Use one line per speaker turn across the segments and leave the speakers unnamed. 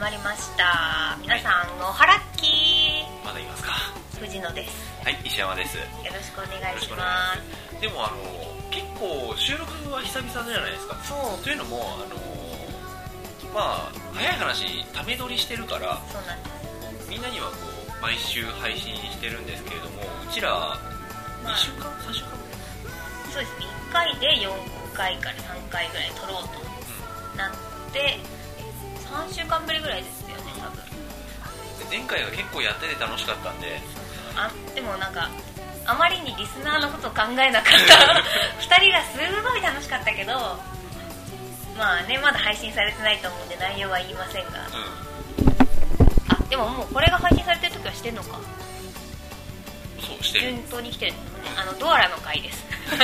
まりました皆さん、おはらっき
まだいますか
藤野です
はい石山ですよ
よろしくお願い
ろし
し
くお
ま
願い
す
しますでもあの結構収録は久々じゃないですか
そう
というのもあのまあ早い話ため撮りしてるから
そうなんで
みんなにはこう毎週配信してるんですけれどもうちら2週間3週間ぐらい
すそうです1回で4回から3回ぐらい撮ろうとなって3週間ぶりぐらいですよね多分
で前回が結構やってて楽しかったんで
あでもなんかあまりにリスナーのことを考えなかった 2人がすごい楽しかったけどまあねまだ配信されてないと思うんで内容は言いませんが
う
あでももうこれが配信されてる時はしてんのか
んそうしてる
順当に来てるんですねあのドアラの回です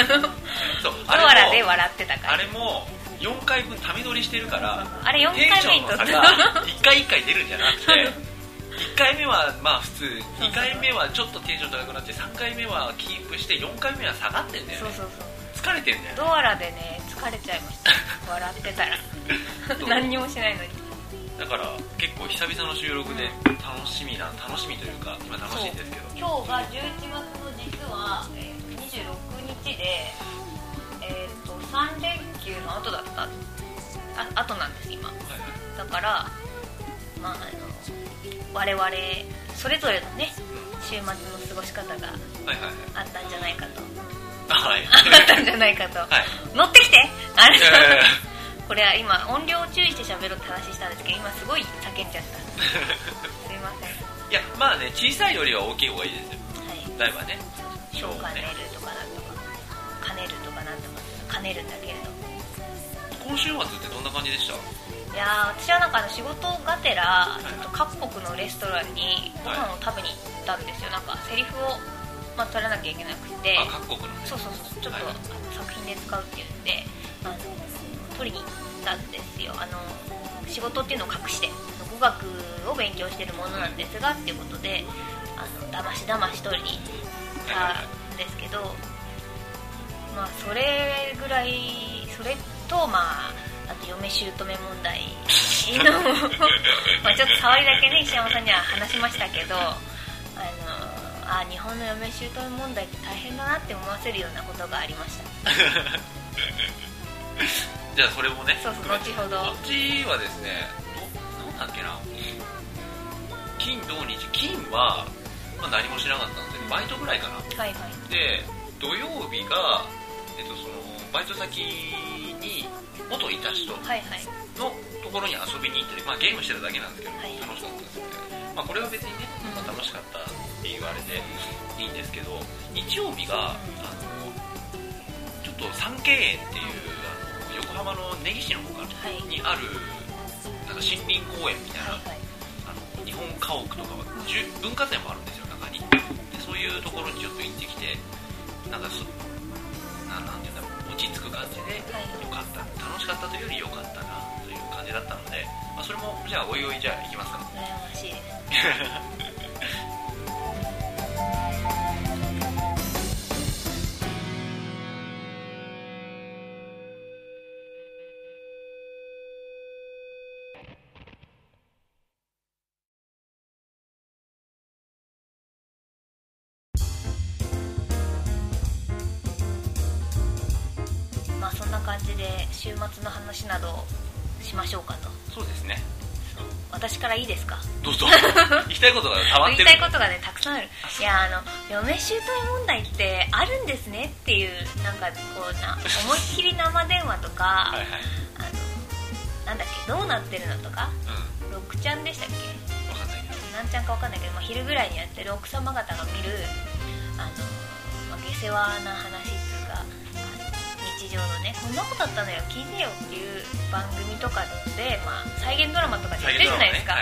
そう
ドアラ
あ
で
れも
笑ってた
あ
回
れも4回分ため撮りしてるから
あれ4
テ
回
ンショ
目
ン
に
の
撮っ
差
た
が1回1回出るんじゃなくて1回目はまあ普通2回目はちょっとテンション高くなって3回目はキープして4回目は下がってんだよ
そう
ね
そうそう
疲れてんだよね
ドアラでね疲れちゃいました笑ってた
そ
ら
う
何にもしないのに
だから結構久々の収録で楽しみな楽しみというか今楽しいんですけど
今日が11月の実は、えー26日で、えー、と3連休の後だったあ後なんです今
はいはい
だからまああの我々それぞれのね週末の過ごし方が
はいはいはい
あったんじゃないかと
あはい
あったんじゃないかと、
はい
乗ってきてあれ、
え
これは今音量注意して喋ろうって話したんですけど今すごい叫んじゃ ったすいません
ーいやまあね小さいよりは大きい方がいいですよ
はい
だいぶね
超兼ねるとかなんとか兼ねるとかなんとか兼ねるんだけれど
今週末ってどんな感じでした
いやー私はなんかあの仕事がてらちょっと各国のレストランにご飯を食べに行ったんですよなんかセリフを、まあ、取らなきゃいけなくて
あ各国のね
そうそうそうちょっと、
はい
あの作品で使うっていうんであの取りに行ったんですよあの仕事っていうのを隠して語学を勉強してるものなんですがっていうことであのだましだまし取りに行ったんですけどまあそれぐらいそれとまああと嫁姑問題 のまあちょっと触りだけね石山さんには話しましたけどあのあ日本の嫁姑問題って大変だなって思わせるようなことがありました
じゃあそれもね
そうそう後ほど
こっちはですねどなんだっけな金土日金は、まあ、何もしなかったんでバイトぐらいかな
はいはい
で土曜日が、えっと、そのバイト先に元いた人
はいはい
のところに遊びに行ったり、まあ、ゲームしてただけなんですけど、
はい
楽しかったんですよね、まあ、これは別にね、まあ、楽しかったって言われていいんですけど日曜日があのちょっと三景園っていうあの横浜の根岸の方かな、
はい
にあるなんか森林公園みたい
は
な、
いはい
あの日本家屋とかはじゅ文化財もあるんですよ中にでそういうところにちょっと行ってきてなんかそななんていうんだろう落ち着く感じで
はい
良かった楽しかったというより良かったなという感じだったので、まあ、それもじゃあおいおいじゃあ行きますか
羨ましいですまあそんな感じで週末の話などをしましょうかと
そうですね
私からいいですか
どうぞ行きたいことがたまっ
言
て
い
る
たいことがねたくさんある
あそう
いやあの嫁姑問題ってあるんですねっていうなんかこうな思いっきり生電話とか、
はいはい
あのなんだっけどうなってるのとか
う
ロックちゃんでしたっけ
ん分かんないけど
なんちゃんかわかんないけど、まあ、昼ぐらいにやってる奥様方が見るあの、まあ、下世話な話っていうかあの日常のねこんなことあったのよ聞いてよっていう番組とかで、まあ、再現ドラマとかでやってるじゃないですか、
は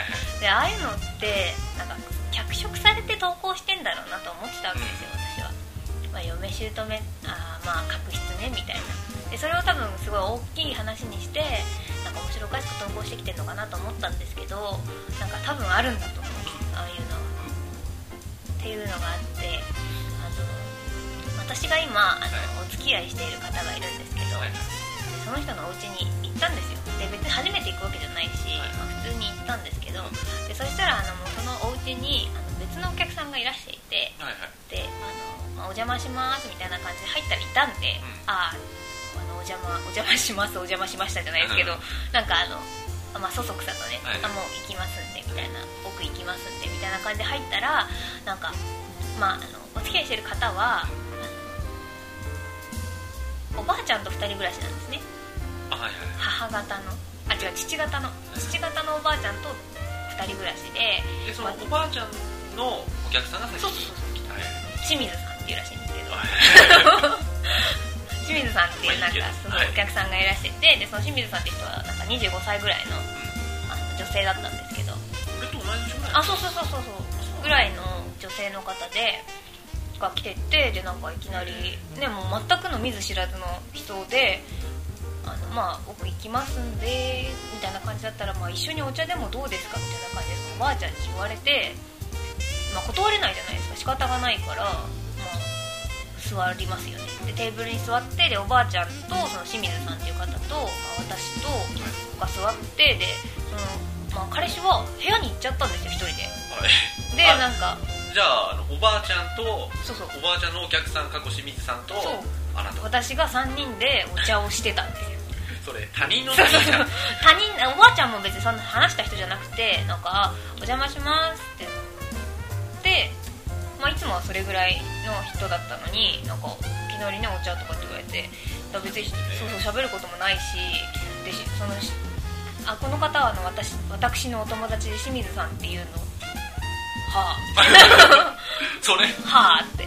でああ
いはい
いうのってなんか脚色されて投稿してんだろうなと思ってたわけですよ、私は、まあ、嫁姑あーまあ確執ねみたいなでそれを多分すごい大きい話にしてなんか面白おかしく投稿してきてるのかなと思ったんですけどなんか多分あるんだと思うああいうのはっていうのがあってあの私が今あの、
は
お付き合いしている方がいるんですけど、
はいはい
そその人のお家に行ったんですよで別に初めて行くわけじゃないし、
はい
まあ普通に行ったんですけどでそしたらあのもうそのお家にあの別のお客さんがいらしていて
はいはい
であの、まあお邪魔しますみたいな感じで入ったりいたんで、
うん
あーあのお邪魔お邪魔しますお邪魔しましたじゃないですけど、
うん
なんかあのあまあそそくさとね、
はい
あもう行きますんでみたいな奥行きますんでみたいな感じで入ったらなんかまああのお付き合いしてる方はあのおばあちゃんと2人暮らしなんですね
あはいはい
母方のあ違う父方の父方のおばあちゃんと2人暮らしで
でそのおばあちゃんのお客さんが先
そうそうそう
に来たはい
清水さんっていうらしいんですけど
はいはい
清水さんっていうなんかすごいお客さんがいらしててでその清水さんって人はなんか25歳ぐらいのあの女性だったんですけど
俺と同じぐらい
あそうそうそうそうそうぐらいの女性の方でが来てってでなんかいきなり、ね、もう全くの見ず知らずの人で「あのまあ僕行きますんで」みたいな感じだったら、まあ「一緒にお茶でもどうですか?」みたいな感じでそのおばあちゃんに言われて、まあ、断れないじゃないですか仕方がないから、まあ、座りますよねでテーブルに座ってでおばあちゃんとその清水さんっていう方と、まあ、私とが座ってでその、まあ、彼氏は部屋に行っちゃったんですよ一人で。
はい
で
あ
なんか
じゃああのおばあちゃんと
そうそう
おばあちゃんのお客さん過去清水さんと
そう
あなた
私が3人でお茶をしてたんですよ
それ他人の他人 じゃん
他人おばあちゃんも別にそんな話した人じゃなくてなんか「お邪魔します」ってで、まあ、いつもはそれぐらいの人だったのになんかいきなりねお茶とかって言われてだから別にそうそう喋ることもないしでしそのしあこの方はあの私私のお友達で清水さんっていうのは
それ
あはあって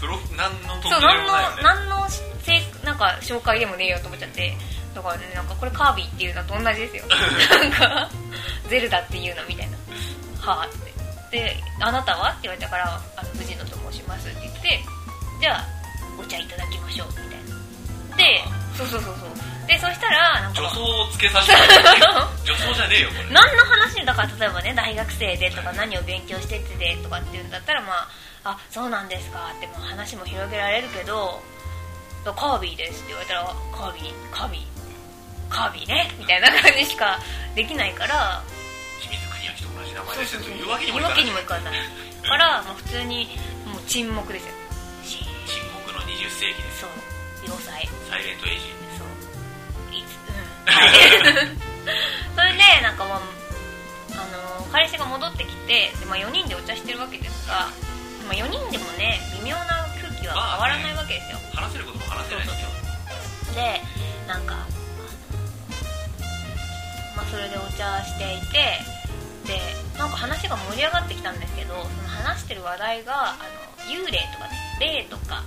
プロ何の特
そう
徴も
何の
ないよね
何のせいなんか紹介でもねえよと思っちゃってだからねなんかこれカービィっていうのと同じです よなんかゼルダっていうのみたいなはあってで「あなたは?」って言われたから「あの藤野と申します」って言ってじゃあお茶いただきましょうみたいなでそうそうそうそうでそしたらなんか
女装をつけさせて 女装じゃねえよこれ
何の話だから例えばね大学生でとか何を勉強しててでとかっていうんだったらまああそうなんですかってもう話も広げられるけどカービィですって言われたらカービィカービィカービィねみたいな感じしかできないから
清水国明と同じ名前
そう
です
そう
よと
そう
いうわけにも
言
い
う
か
わ
ない
けにもいかないからもう普通にもう沈黙ですよシーン
沈黙の20世紀です
そう要塞
サイレントエイジ
そういつうんはい それでなんかまあ、あのー彼氏が戻ってきてで、まあ、4人でお茶してるわけですが、まあ、4人でもね微妙な空気は変わらないわけですよ、
話せることも話せない
そうでなんか、あのまあ、それでお茶していてでなんか話が盛り上がってきたんですけどその話してる話題があの幽霊とかね霊とか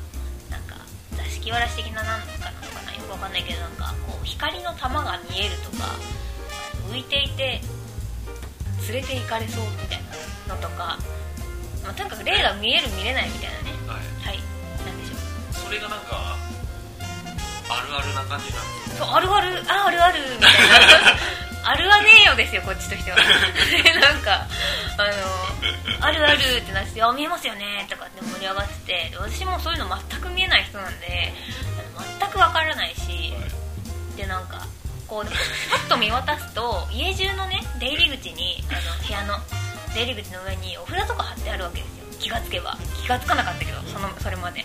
なんか座敷わらし的ななんかなのかなよくわかんないけどなんかこう光の玉が見えるとか浮いていて連れて行かれそうみたいなのとか、まあ、とにかく霊が見える見れないみたいなね
はい
はいなんでしょう
それがなんかあるあるな感じなんです
そうあるあるああるあ るみたいなあるあねえよですよこっちとしては なんかあのあるあるってなってあ見えますよねとかって盛り上がっててで私もそういうの全く見えない人なんであの全くわからないしでなんかこうパッと見渡すと家中のね出入り口にあの部屋の出入り口の上にお札とか貼ってあるわけですよ気がつけば気がつかなかったけどそのそれまで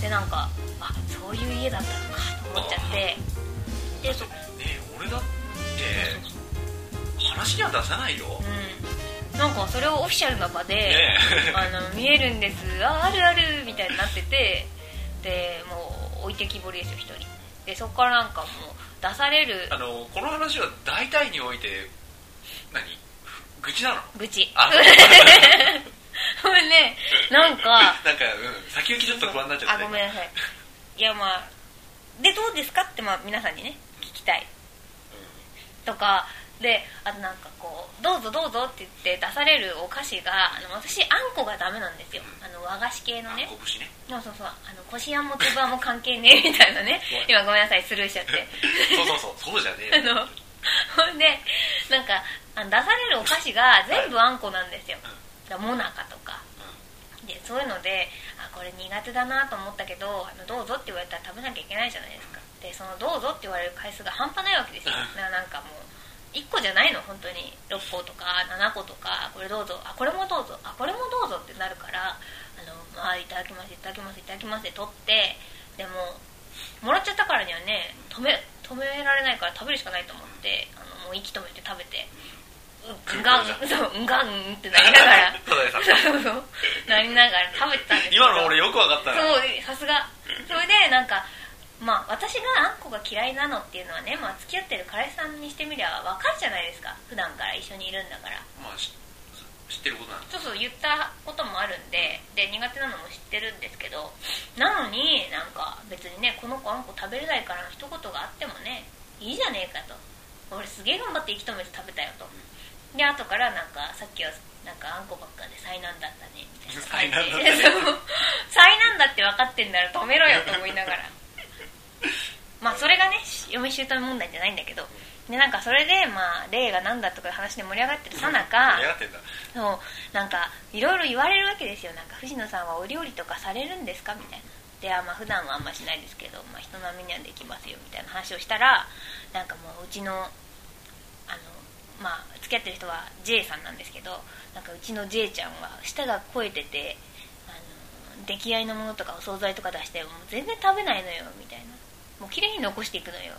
でなんかあそういう家だったのかと思っちゃってでそ
ねえ俺だって話には出さないよ、
うんなんかそれをオフィシャルな場で、
ねえ
あの見えるんですああるあるみたいになっててでもう置いてきぼりですよ一人でそこからなんかもう出される
あのこの話は大体において何愚痴なの
愚痴
あ
これねなんか
なんか、うん、先行きちょっと不安になっちゃっ
あ
て
ごめんなさいいやまあでどうですかってまあ皆さんにね聞きたいとかであとなんかこう「どうぞどうぞ」って言って出されるお菓子があの私あんこがダメなんですよあの和菓子系のね
あこぶしね
そうそうそうあのこしあんもつぶあんも関係ねえみたいなね
はい
今ごめんなさいスルーしちゃって
そうそうそうそうじゃね
あ
えよ
のほんでなんかあの出されるお菓子が全部あんこなんですよだからもなかとかでそういうのであこれ苦手だなと思ったけどあのどうぞって言われたら食べなきゃいけないじゃないですかでその「どうぞ」って言われる回数が半端ないわけですよななんかもう1個じゃないの本当に6個とか7個とかこれどうぞあこれもどうぞあこれもどうぞってなるからあのまあいただきますいただきますいただきますって取ってでももらっちゃったからにはね止め止められないから食べるしかないと思ってあのもう息止めて食べてうんがんそううんがんってなりながら
ただでさ
そうそうなりながら食べてたんですけど
今の俺よく分かったな
そうさすがそれでなんかまあ私があんこが嫌いなのっていうのはね、まあ、付き合ってる彼氏さんにしてみりゃ分かるじゃないですか普段から一緒にいるんだから
まあし知ってることなんです
そうそう言ったこともあるんでで苦手なのも知ってるんですけどなのになんか別にねこの子あんこ食べれないからの一言があってもねいいじゃねえかと俺すげえ頑張って息止めて食べたよとで後からなんかさっきはなんかあんこばっかで災難だったねみたいな
災難だった ね
そう災難だって分かってんなら止めろよと思いな がらまあそれがね嫁姑問題じゃないんだけどでなんかそれでまあ例がなんだとかいう話で盛り上がってるさなか
盛り上がってんだ
そうなんかいろいろ言われるわけですよなんか藤野さんはお料理とかされるんですかみたいなであまあ普段はあんましないですけど、まあ、人並みにはできますよみたいな話をしたらなんかもううちのあのまあ付き合ってる人は J さんなんですけどなんかうちの J ちゃんは舌が肥えててあの出来合いのものとかお惣菜とか出してもう全然食べないのよみたいなもう綺麗に残していくのよ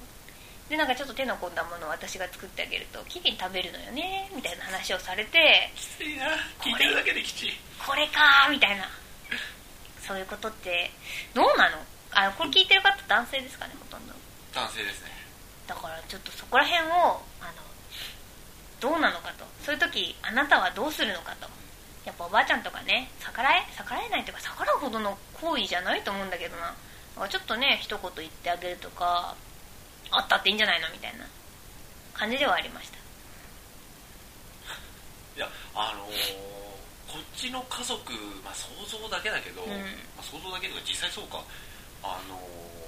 でなんかちょっと手の込んだものを私が作ってあげると綺麗に食べるのよねみたいな話をされて
きついな聞いてるだけできちい
これかーみたいなそういうことってどうなのあのこれ聞いてる方男性ですかねほとんど
男性ですね
だからちょっとそこら辺をあのどうなのかとそういう時あなたはどうするのかとやっぱおばあちゃんとかね逆らえ逆らえないというか逆らうほどの行為じゃないと思うんだけどなだからちょっとね一言言ってあげるとかあったっていいんじゃないのみたいな感じではありました
いやあのーこっちの家族、まあ、想像だけだけ
う
ど、
ん
まあ、想像だけど実際そうかあのー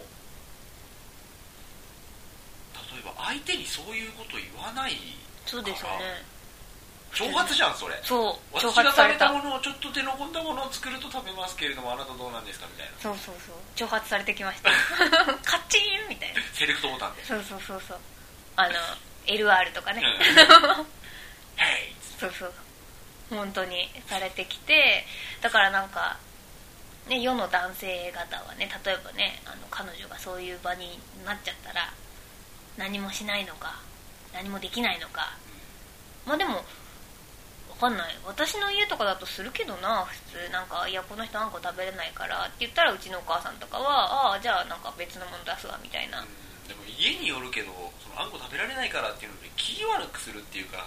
例えば相手にそういうこと言わない
そうですよね
挑発じゃんそれ
そう
私
挑
が
発さ
食
れ
べた
た
ものをちょっと手の込んだものを作ると食べますけれどもあなたどうなんですかみたいな
そうそうそう挑発されてき ましたカッチーンみたいな
セレクトボタンで
そうそうそうそうあの LR とかね、
うんはい
そうそう本当にされてきてだからなんか、ね、世の男性方はね例えばねあの彼女がそういう場になっちゃったら何もしないのか何もできないのかまあでもわかんない私の家とかだとするけどな普通なんか「いやこの人あんこ食べれないから」って言ったらうちのお母さんとかは「ああじゃあなんか別のもの出すわ」みたいな
でも家によるけどそのあんこ食べられないからっていうので気悪くするっていうか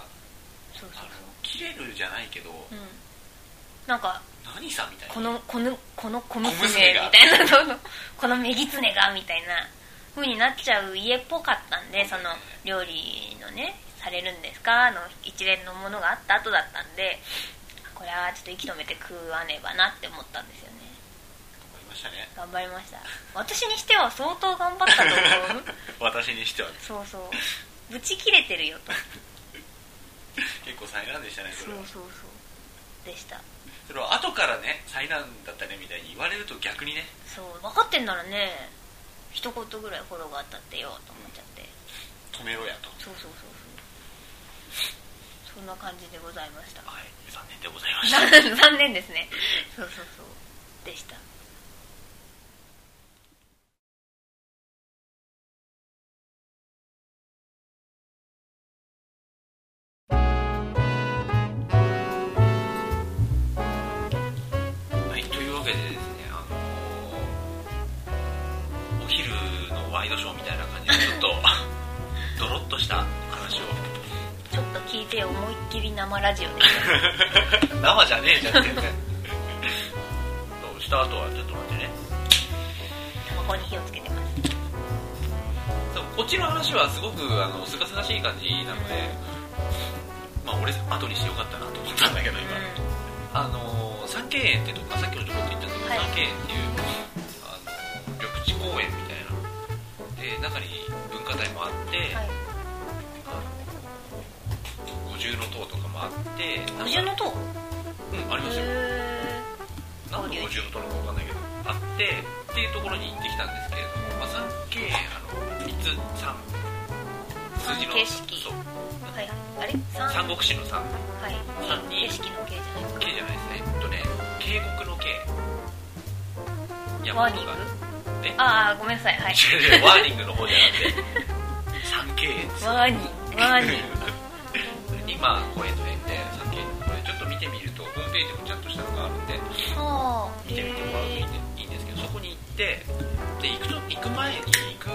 そう
あ
そう
の切れるじゃないけど、
うんなんか
何さみたいな
このこのこの小
小娘
娘
が
みたいな そうそうこのギツネがみたいな風になっちゃう家っぽかったんでその料理のねされるんですかの一連のものがあった後だったんでこれはちょっと息止めて食わねばなって思ったんですよね
思いましたね
頑張りました私にしては相当頑張ったと思う
私にしてはね
そうそうブチ切れてるよと
結構災難でしたね
そ
そ
う
れは
そうそうでした
それは後からね災難だったねみたいに言われると逆にね
そう分かってんならね一言ぐらいフォローがあったってよと思っちゃって
止めろやと
そうそうそうそうそんな感じでございました
はい残念でございました
残念ですねそうそうそうでした
はいというわけでですねあのお昼のワイドショーみたいな感じでちょっとドロッと した話を
ちょっと聞いて思いっきり生ラジオですね
生じゃねえじゃん全然そうした後はちょっと待ってね
タバコに火をつけてます
そうこっちの話はすごくあのすがすがしい感じなのでまあ俺後にしてよかったなと思ったんだけど
う
今、
ん
あのー三景園ってとこさっきもちょこっと言ったんですけど、
はい
三景園っていうあのー緑地公園みたいなで中に文化財もあって、
はい
あの五重の塔とかもあってなんか
五重の塔
うんありますよ
へ
何の五重の塔なのか分かんないけどあってっていうところに行ってきたんですけれども、まあ、3K あの3つ3数字の
三景色
そう
はいあれ三
三国志の3
はい
三に
景色の景じゃない
K じゃないですねえっとね渓谷の K
ワーニング
え
ああごめんなさいはい
違う違うワーニングの方じゃなくて 3K です
ワーニングワーニング
にまあ公園の園で 3K これちょっと見てみるとホームページもちゃんとしたのがあるんで
はあ
見てみてもらうといい,、いいんですけどそこに行ってで行くと行く前に行く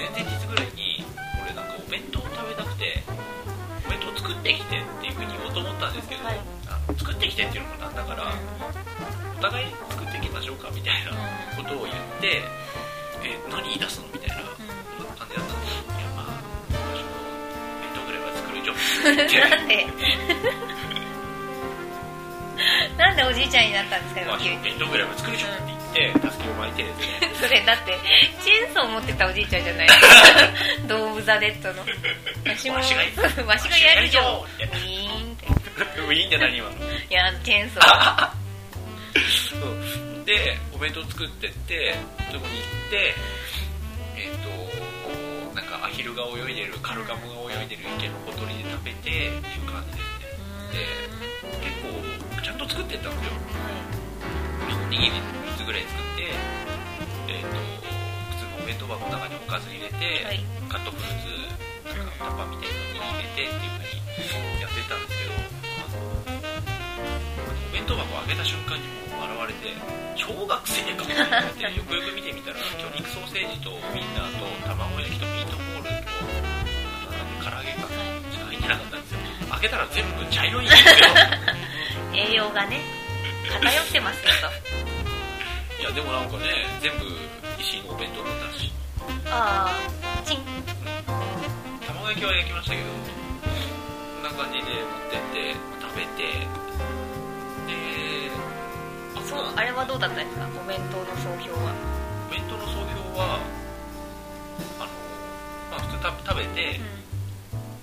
前々日ぐらいに俺なんかお弁当を食べたくてお弁当を作ってきてっていうふうに言おうと思ったんですけど、
はい
あの作ってきてっていうのもなんだか
う
ら、お互い作っていきましょうかみたいなことを言って「え何言い出すの?」みたいな感じだったんですいやまあ私も弁当ぐらいは作るよって
ん うん、な
言って
んでなんでおじいちゃんになったんですか
まあ
今急に
弁当ぐらいは作るよって言って助けを巻いてですね
それだってチェーンソー持ってたおじいちゃんじゃないドーブ・ザ・デッドのわしも
わしがや
わしがやるじゃん
わしがやる
ウィーンって
ウィーンって何今の
いやチェーンソー
そうでお弁当作ってってそこに行ってえっ、とこうなんかアヒルが泳いでるカルガモが泳いでる池のほとりで食べてっていう感じですね結構ちゃんと作ってったんですよ握り3つぐらい作ってえっ、と普通のお弁当箱の中におかず入れて、
はい
カットフルーツタッパーみたいなのに入れてっていう風にやってたんですけどあのお弁当箱を開けた瞬間にもう笑われて小学生かみたいなってよくよく見てみたら魚肉ソーセージとウインナーと卵焼きとミートボールとあとなんだっけ唐揚げかしか入ってなかったんですよ開けたら全部茶色いんで
栄
すよ
養がね偏ってますけど
いやでもなんかね全部石井のお弁当だったし
ああチン
卵焼きは焼きましたけどこんな感じで持ってって食べてであ
そうあれはどうだったんですかお弁当の総評は
お弁当の総評はあの、まあ、普通に食べ食べて、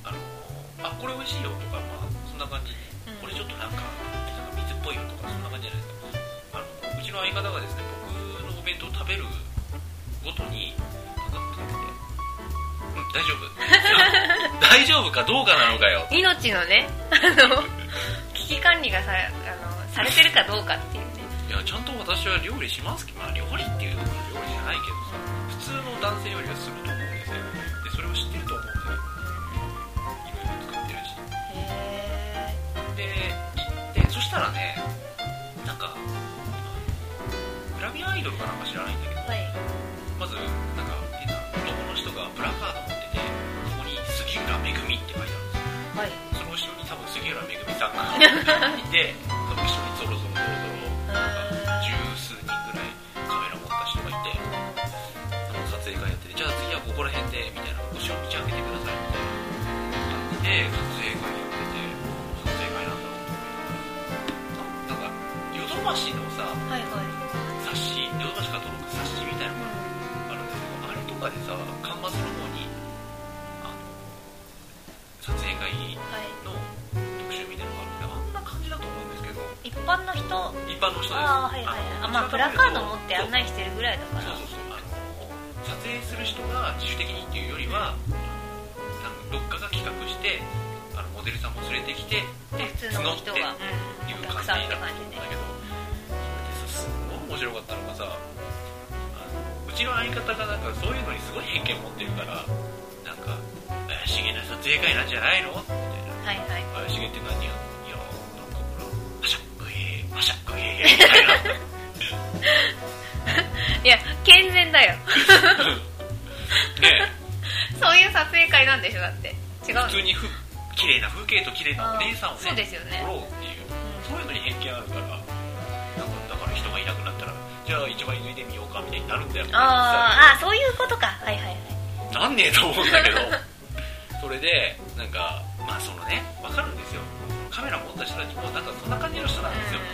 あのあこれ美味しいよとか、まあ、そんな感じ、
うん
これちょっとなんかなんか水っぽいよとかそんな感じじゃないですかあのうちの相方がですね僕のお弁当を食べるごとになんか食べて「うん大丈 夫大丈夫かどうかなのかよ」
命のねあの危機管理がさあのされてるかどうかっていうね
いやちゃんと私は料理しますけど、まあ、料理っていうのは料理じゃないけどさ普通の男性よりはすると思うんですよでそれを知ってると思うんですよいろいろ作ってるし
へ
で行ってそしたらねなんかグラビアアイドルかなんか知らないんだけど
えはい
まずなんか変な男の人がプラカード持っててそこに「杉浦めぐみ」って書いてあるんですよ
はい
その後ろに多分杉浦めぐみさんがいてその後ろにゾロゾロゾロゾロなんか十数人ぐらいカメラ持った人がいてあの撮影会やっててじゃあ次はここら辺でみたいな後ろ道開けてくださいみたいな感じで撮影会やってて撮影会なんだろうと思ってなんかヨドバシのさ
はいはい
冊子ヨドバシが届く冊子みたいなのがあるんですけどあれとかでさ間伐の方にあの撮影会
はい
の特集みたいなのがあるんであんな感じだと思うんですけど
一般の人あ
一般の人です
あはいはい
の
あまあプラカード持って案内してるぐらいだか
そう
ら
そうそうそうあの撮影する人が自主的にっていうよりはなんかどっかが企画してあのモデルさんも連れてきてで
普通の人が
募ってっていう
うんお客
感じ
さん
だ
っ
っ
て
た
感
ん
じで
だけどそれでさすごい面白かったのがさあのうちの相方がなんかそういうのにすごい偏見持ってるからなんか怪しげな撮影会なんじゃないのみたいな
はいはい
怪しげって何やいやなんかほらはしゃっくえーはしゃっくえーみたいな
いや健全だよ
ね
そういう撮影会なんでしょだって違うの
普通にふ綺麗な風景と綺麗なお姉さんを
あーそうですよね
撮ろうっていうそういうのに偏見あるからなんかだから人がいなくなったらじゃあ一枚脱いでみようかみたいになるんだよ
あーあーそういうことかはいはいはい
なんねえと思うんだけど それでなんかまあそのねわかるんですよカメラ持った人たちもなんかそんな感じの人なんですよね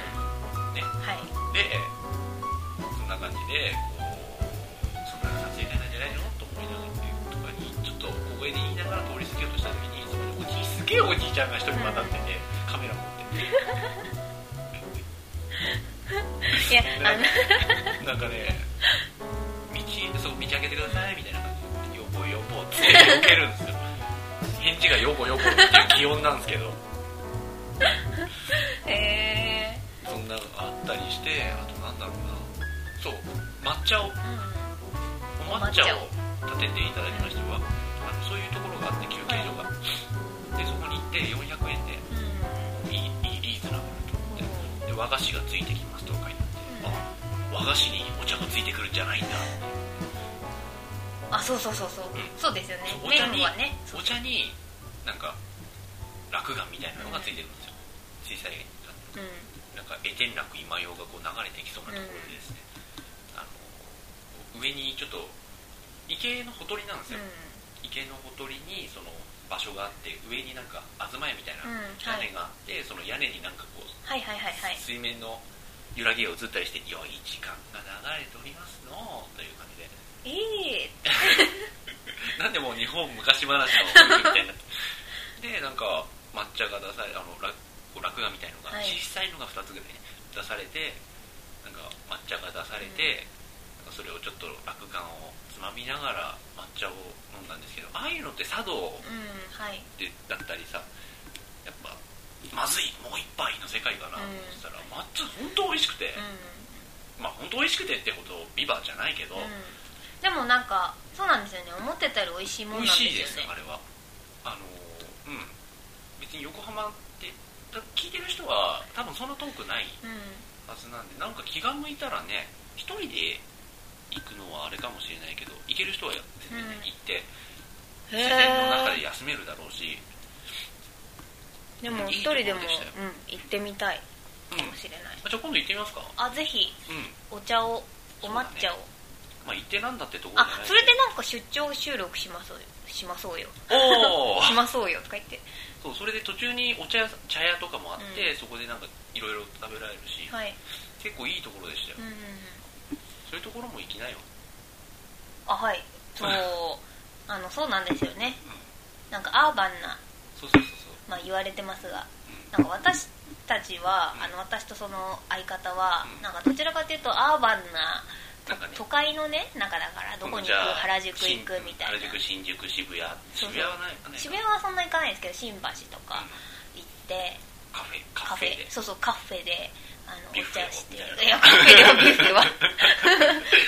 うんはい
でそんな感じでこうそんな撮影会なんじゃないのと思いながらとかにちょっと小声で言いながら通り過ぎようとした時にそこにおじいすげえおじいちゃんが一人混ざっててカメラ持ってて
いやあ
なんか
の
なんなんかね道そう道開けてくださいみたいな感じでよぼよぼって受けるんですよ返事がよぼよぼっていう気温なんですけど
へえ
そんなのがあったりしてあとなんだろうなそう抹茶を
ーうん
お抹茶を立てていただきましてはあのそういうところがあって休憩所が、でそこに行って400円で
うん
いいいいリーズナブルと思ってで和菓子がついてきますとかになって、あ和菓子にお茶がついてくるんじゃないんだ
あそうそうそうそう、
うん
そうですよね
そうお茶に
麺はね
お茶になんか落眼みたいなのがついてくるんですよ小さい
うん
なんか絵天落今用がこう流れてきそうなところでですね、あの上にちょっと池のほとりなんです
う
よ、
ん
池のほとりにその場所があって上になんか東屋みたい
うん
な屋
はい
根があって、その屋根になんかこう
はいはいはいはい
水面の揺らぎが映ったりして良い時間が流れておりますのという感じで
いい
なんでもう日本昔話の風景みたいになって でなんか抹茶が出されあのらこう落書みたいのが、
はい
小さいのが2つぐらいね出されてなんか抹茶が出されて、なんかそれをちょっと落眼をつまみながら抹茶を飲んだんですけどああいうのって茶道
うんはい
でだったりさやっぱまずいもう一杯の世界かなと
うん
思ってたら、抹茶本当美味しくて、
う
まあ本当美味しくてってことビバじゃないけど、
ん、うん、でもなんかそうなんですよね思ってたより美味しいもんなん
美味
です
し
よ
いで
ね
すあれはあのーうん別に横浜って多分聞いてる人は多分そんな遠くないはずなんでなんか気が向いたらね一人で行くのはあれかもしれないけど行ける人は全然ね、
うん
行って
うん
自然の中で休めるだろうし、
でも
いい
一
と
人
ころで
でも
したよ
うん、行ってみたい
うん
かもしれない、
じゃあ今度行ってみますか
あぜひ
うん
お茶をお
そうだ
抹
ね
茶を、
まあ行ってなんだってところ
あ
じゃない
それでなんか出張収録しまそうよしまそうよ
おお
しまそうよとか言って
そうそれで途中にお茶屋さん茶屋とかもあって、
う
そこでなんかいろいろ食べられるし、
はい、
結構いいところでしたよ、
うんうんうん、
そういうところも行きなよ
あはいそう あのそうなんですよねなんかアーバンな、
そうそうそうそう
まあ、言われてますが
う
なんか私たちは
うん
あの私とその相方は
うん
なんかどちらかというとアーバンなん
なんかね
都会のね中だからどこに行く
じゃあ
原宿行くみたいな
新原宿新宿渋谷
そうそう
渋谷はないかね
渋谷はそんな行かないですけど新橋とか
うん
行って
カフェカ
カ
フ
フ
ェで
ェそうそうカフェであのお
ビュッフ
茶
ェを
をしてい
みたいな
やカフェではビュッフェは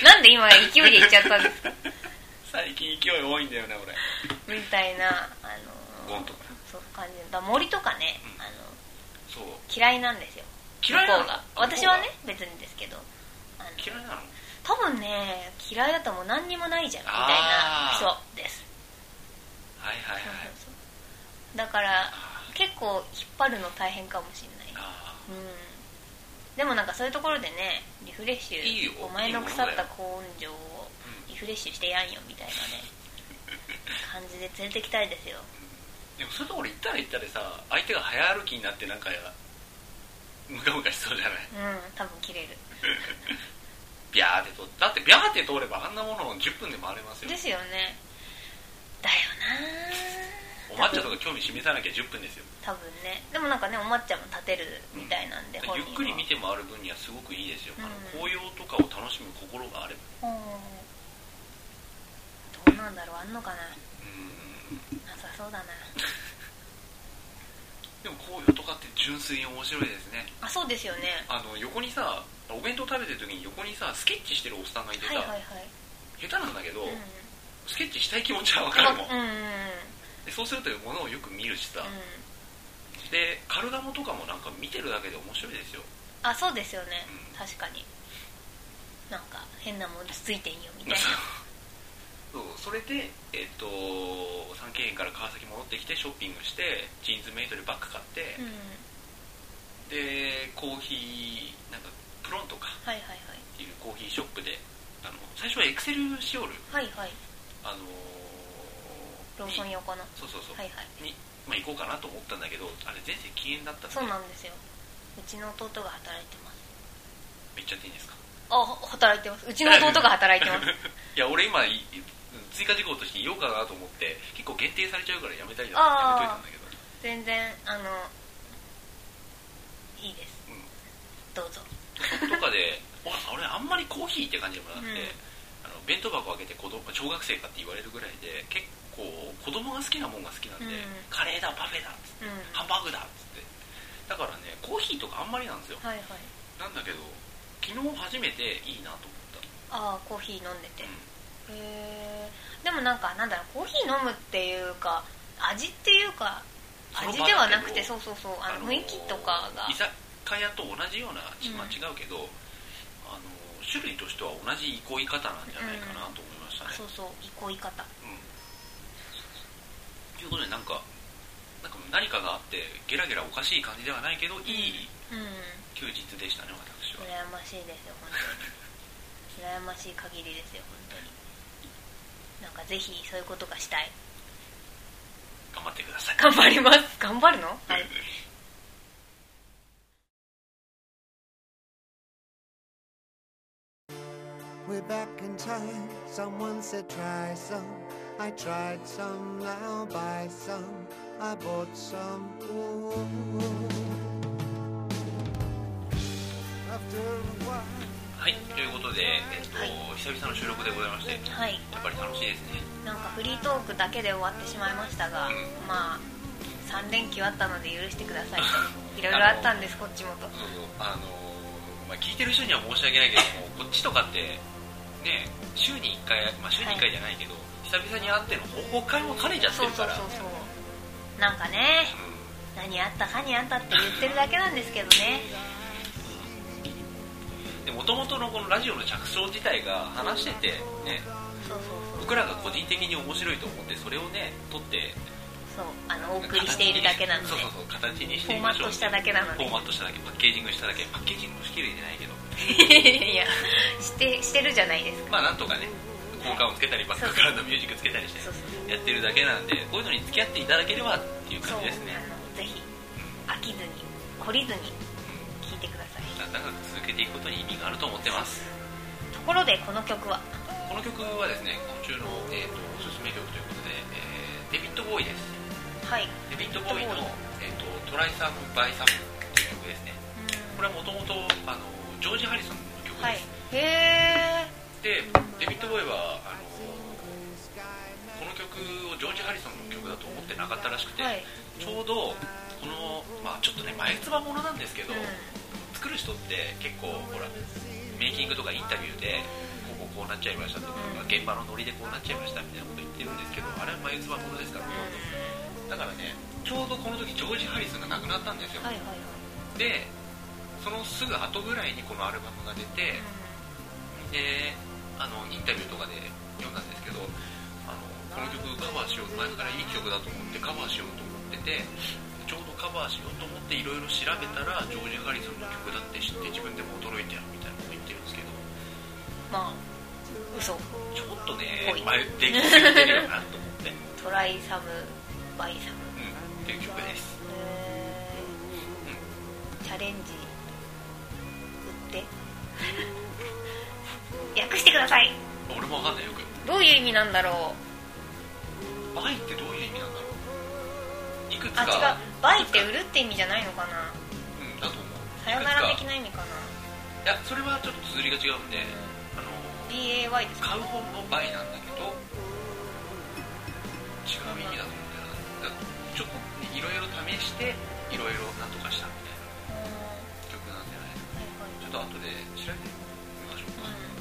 なんで今勢いで行っちゃったんですか
最近勢い多いんだよね俺
みたいなあ
ゴ
の
ンとか
そう感じだから森とかね
うん
あの
そう
嫌いなんですよ
嫌いなの
向こうが私はね別にですけどあの
嫌いなの
多分ね嫌いだともう何にもないじゃんみたい
あー
な人です
はいはい
そう
はい
そうそうだから
あー
結構引っ張るの大変かもしれない
あ
うんでもなんかそういうところでねリフレッシュ
いいよ
お前の
いいも
腐
の
っ
だよ
た根性を
ーうん
リフレッシュしてやんよみたいな ね感じで連れてきたいですよ
でもそういうところ行ったら行ったらさ相手が早歩きになってなんかムカムカしそうじゃない
うん多分切れる
ビャーってとだってビャーって通ればあんなもの10分で回れますよ
ですよねだ
お
よな
抹茶とか興味示さなきゃ10分ですよ
多分ねでもなんかねお抹茶も立てるみたいなんで、本
ゆ
人
っ
も
くり見て回る分にはすごくいいですよ、あの
うん
紅葉とかを楽しむ心があれば
うんどうなんだろうあんのかな
うん
なさそうだな
でも紅葉とかって純粋に面白いですね
あそうですよね
あの横にさお弁当食べてる時に横にさスケッチしてるおっさんがいて
は
さ、
いはいはい
下手なんだけど、
うん
スケッチしたい気持ちはわかる
う
もん、
んうんうん
でそうするとものをよく見るしさ、でカルガモとかもなんか見てるだけで面白いですよ
あそうですよね
うん
確かになんか変なもんついてんよみたいな
そうそれでえっ、と三軒園から川崎戻ってきてショッピングしてジーンズメイトでバッグ買って、
うん
でコーヒーなんかプロンとか
はいはい
っていうコーヒーショップであの最初はエクセルシオール
はいはいはい
あのー
ローソン
に
横のは
そうそうそう、
いはい
に、まあ、行こうかなと思ったんだけどあれ全然禁煙だったんで
そうなんですようちの弟が働いてます
めっちゃっていいんですか
あほ働いてますうちの弟が働いてます
いや俺今い追加事項として言おうかなと思って結構限定されちゃうからやめたいな
あー
やめといたんだけど
全然あのいいですどうぞ
とかでお俺あんまりコーヒキーって感じでもなくて、
うん
あの弁当箱を開けて子供小学生かって言われるぐらいで結構子供が好きなもんが好きなんで、
うん
カレーだパフェだっつって
うん
ハンバーグだっつってだからねコーヒーとかあんまりなんですよ
はいはい
なんだけど昨日初めていいなと思った、
ああコーヒー飲んでて
うん
へーでもなんかなんだろうコーヒー飲むっていうか味っていうか
その
味
場だけ
で
ど
はなくてそうそうそうあの
ー
雰囲気とかが
居酒屋と同じような、ち
うん
まあ、違うけど、あのー種類としては同じ憩い方なんじゃないかなと思いました
あ
ね、
そうそう憩い方
うんということでなんかなんか何かがあってゲラゲラおかしい感じではないけど、いい
うん
休日でしたね私は、
羨ましいですよ本当に羨ましい限りですよ本当になんかぜひそういうことがしたい
頑張ってください
頑張ります頑張るのはい
We're back in time. Someone said try some. I tried some. Now buy some. I bought some. Ooh. After a while.
はいということで、えっと
はい
久々の収録でございましてやっ
はい
ぱり楽しいですね
なんかフリートークだけで終わってしまいましたが、まあ3連休あったので許してください といろいろあったんですこっちもと
そうそうあのーまあ、聞いてる人には申し訳ないけども こっちとかってね週に1回、まあ、週に1回じゃないけど、久々に会っての報告会も兼ねちゃって
そう
る
そ
か
う
ら
そうそうなんかね何あったかにあったって言ってるだけなんですけどね
うんでもともとのこのラジオの着想自体が話してて、ね、
そうそうそう
僕らが個人的に面白いと思ってそれをね撮って
そうあのお送りしているだけなので
そうそうそう形にし
フ
て
ォー
み
マ
ま
ッ
しょう
トしただけなの
フ
で
ォーマットしただけパッケージングしただけパッケージングしきれてないけど
いやしてしてるじゃないですか
まあなんとかね効果をつけたりバックグラウンドミュージックつけたりして
そうそう
やってるだけなんでこういうのに付き合っていただければっていう
そう
感じですね
あのぜひ飽きずに懲りずに聴いてください
長く続けていくことに意味があると思ってます
ところでこの曲は
この曲はですね今週の、えー、とおすすめ曲ということで、えーデビッド・ボーイです
はい
デビッド・ボーイの
デビッドボーイ
「えー、とトライ・サム・バイ・サム」っていう曲ですねこれはもともとジョージ・ハリソンの曲です、
はいへえ
でデビッド・ボーイはあのこの曲をジョージ・ハリソンの曲だと思ってなかったらしくて、
はい
ちょうどこの、まあ、ちょっとね前つばものなんですけど、
う
作る人って結構ほらメイキングとかインタビューでこうこうこうなっちゃいましたとか、
うん
現場のノリでこうなっちゃいましたみたいなこと言ってるんですけどあれは眉唾ものですから、だからねちょうどこの時ジョージ・ハリスが亡くなったんです
ん
よ、
はいはいはい
でそのすぐ後ぐらいにこのアルバムが出て、であのインタビューとかで読んだんですけどあのこの曲カバーしよう前からいい曲だと思ってカバーしようと思っててちょうどカバーしようと思っていろいろ調べたらジョージ・ハリソンの曲だって知って自分でも驚いてやるみたいなこと言ってるんですけど
まあ嘘
ちょっとね
ほい
前できすぎてるよなと思って、うん、
トライサムバイサム
っていう曲です、
へーチャレンジ打って 訳してください
うん、俺もわかんないよく
どういう意味なんだろ
バイってどういう意味なんだろういくつ
うあ
か
違うバイって
う
売
ん
るって意味じゃないのかな
だと思う
さよなら
いく
的
つか
な意味かない
やそれはちょっと綴りが違うんであの
BAY ですか
買う本の倍なんだけど違う意味だと思うんだよなだからちょっといろいろ試していろいろなんとかしたみたいな
うんはい
曲なんじゃな
はい
いちょっと後で調べてみましょうか、
うん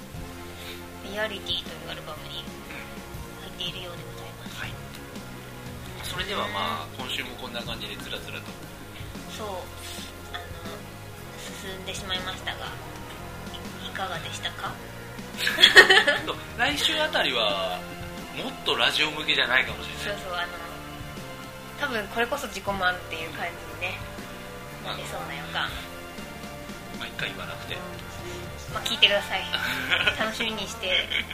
リアリティというアルバムに
うん
入っているようでございます
はいそれではまあ今週もこんな感じでつらつらと
そうあの進んでしまいましたがいいかがでしたか
と来週あたりはもっとラジオ向けじゃないかもし
そう
れない
そうあの多分これこそ自己満っていう感じにね
ま
な
あ
りそうな予感
毎回言わなくて
まあ聞いてください 楽しみにして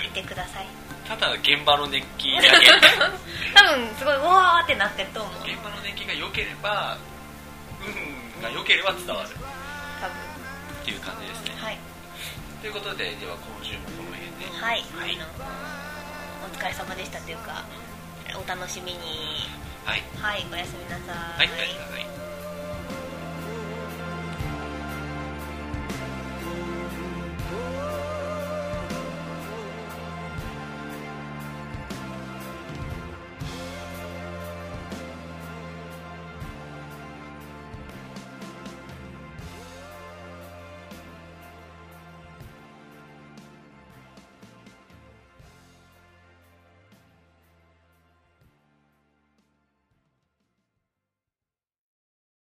いてください
ただ現場の熱気だけ
多分すごい「うわー!」ってなってると思う
現場の熱気が良ければうんが良ければ伝わ
多分
るっていう感じですね
はい
ということででは今週もこの辺では
はい、
はい
あのお疲れ様でしたというかお楽しみに
はい
はいおやすみなさ
はいおやすみなさい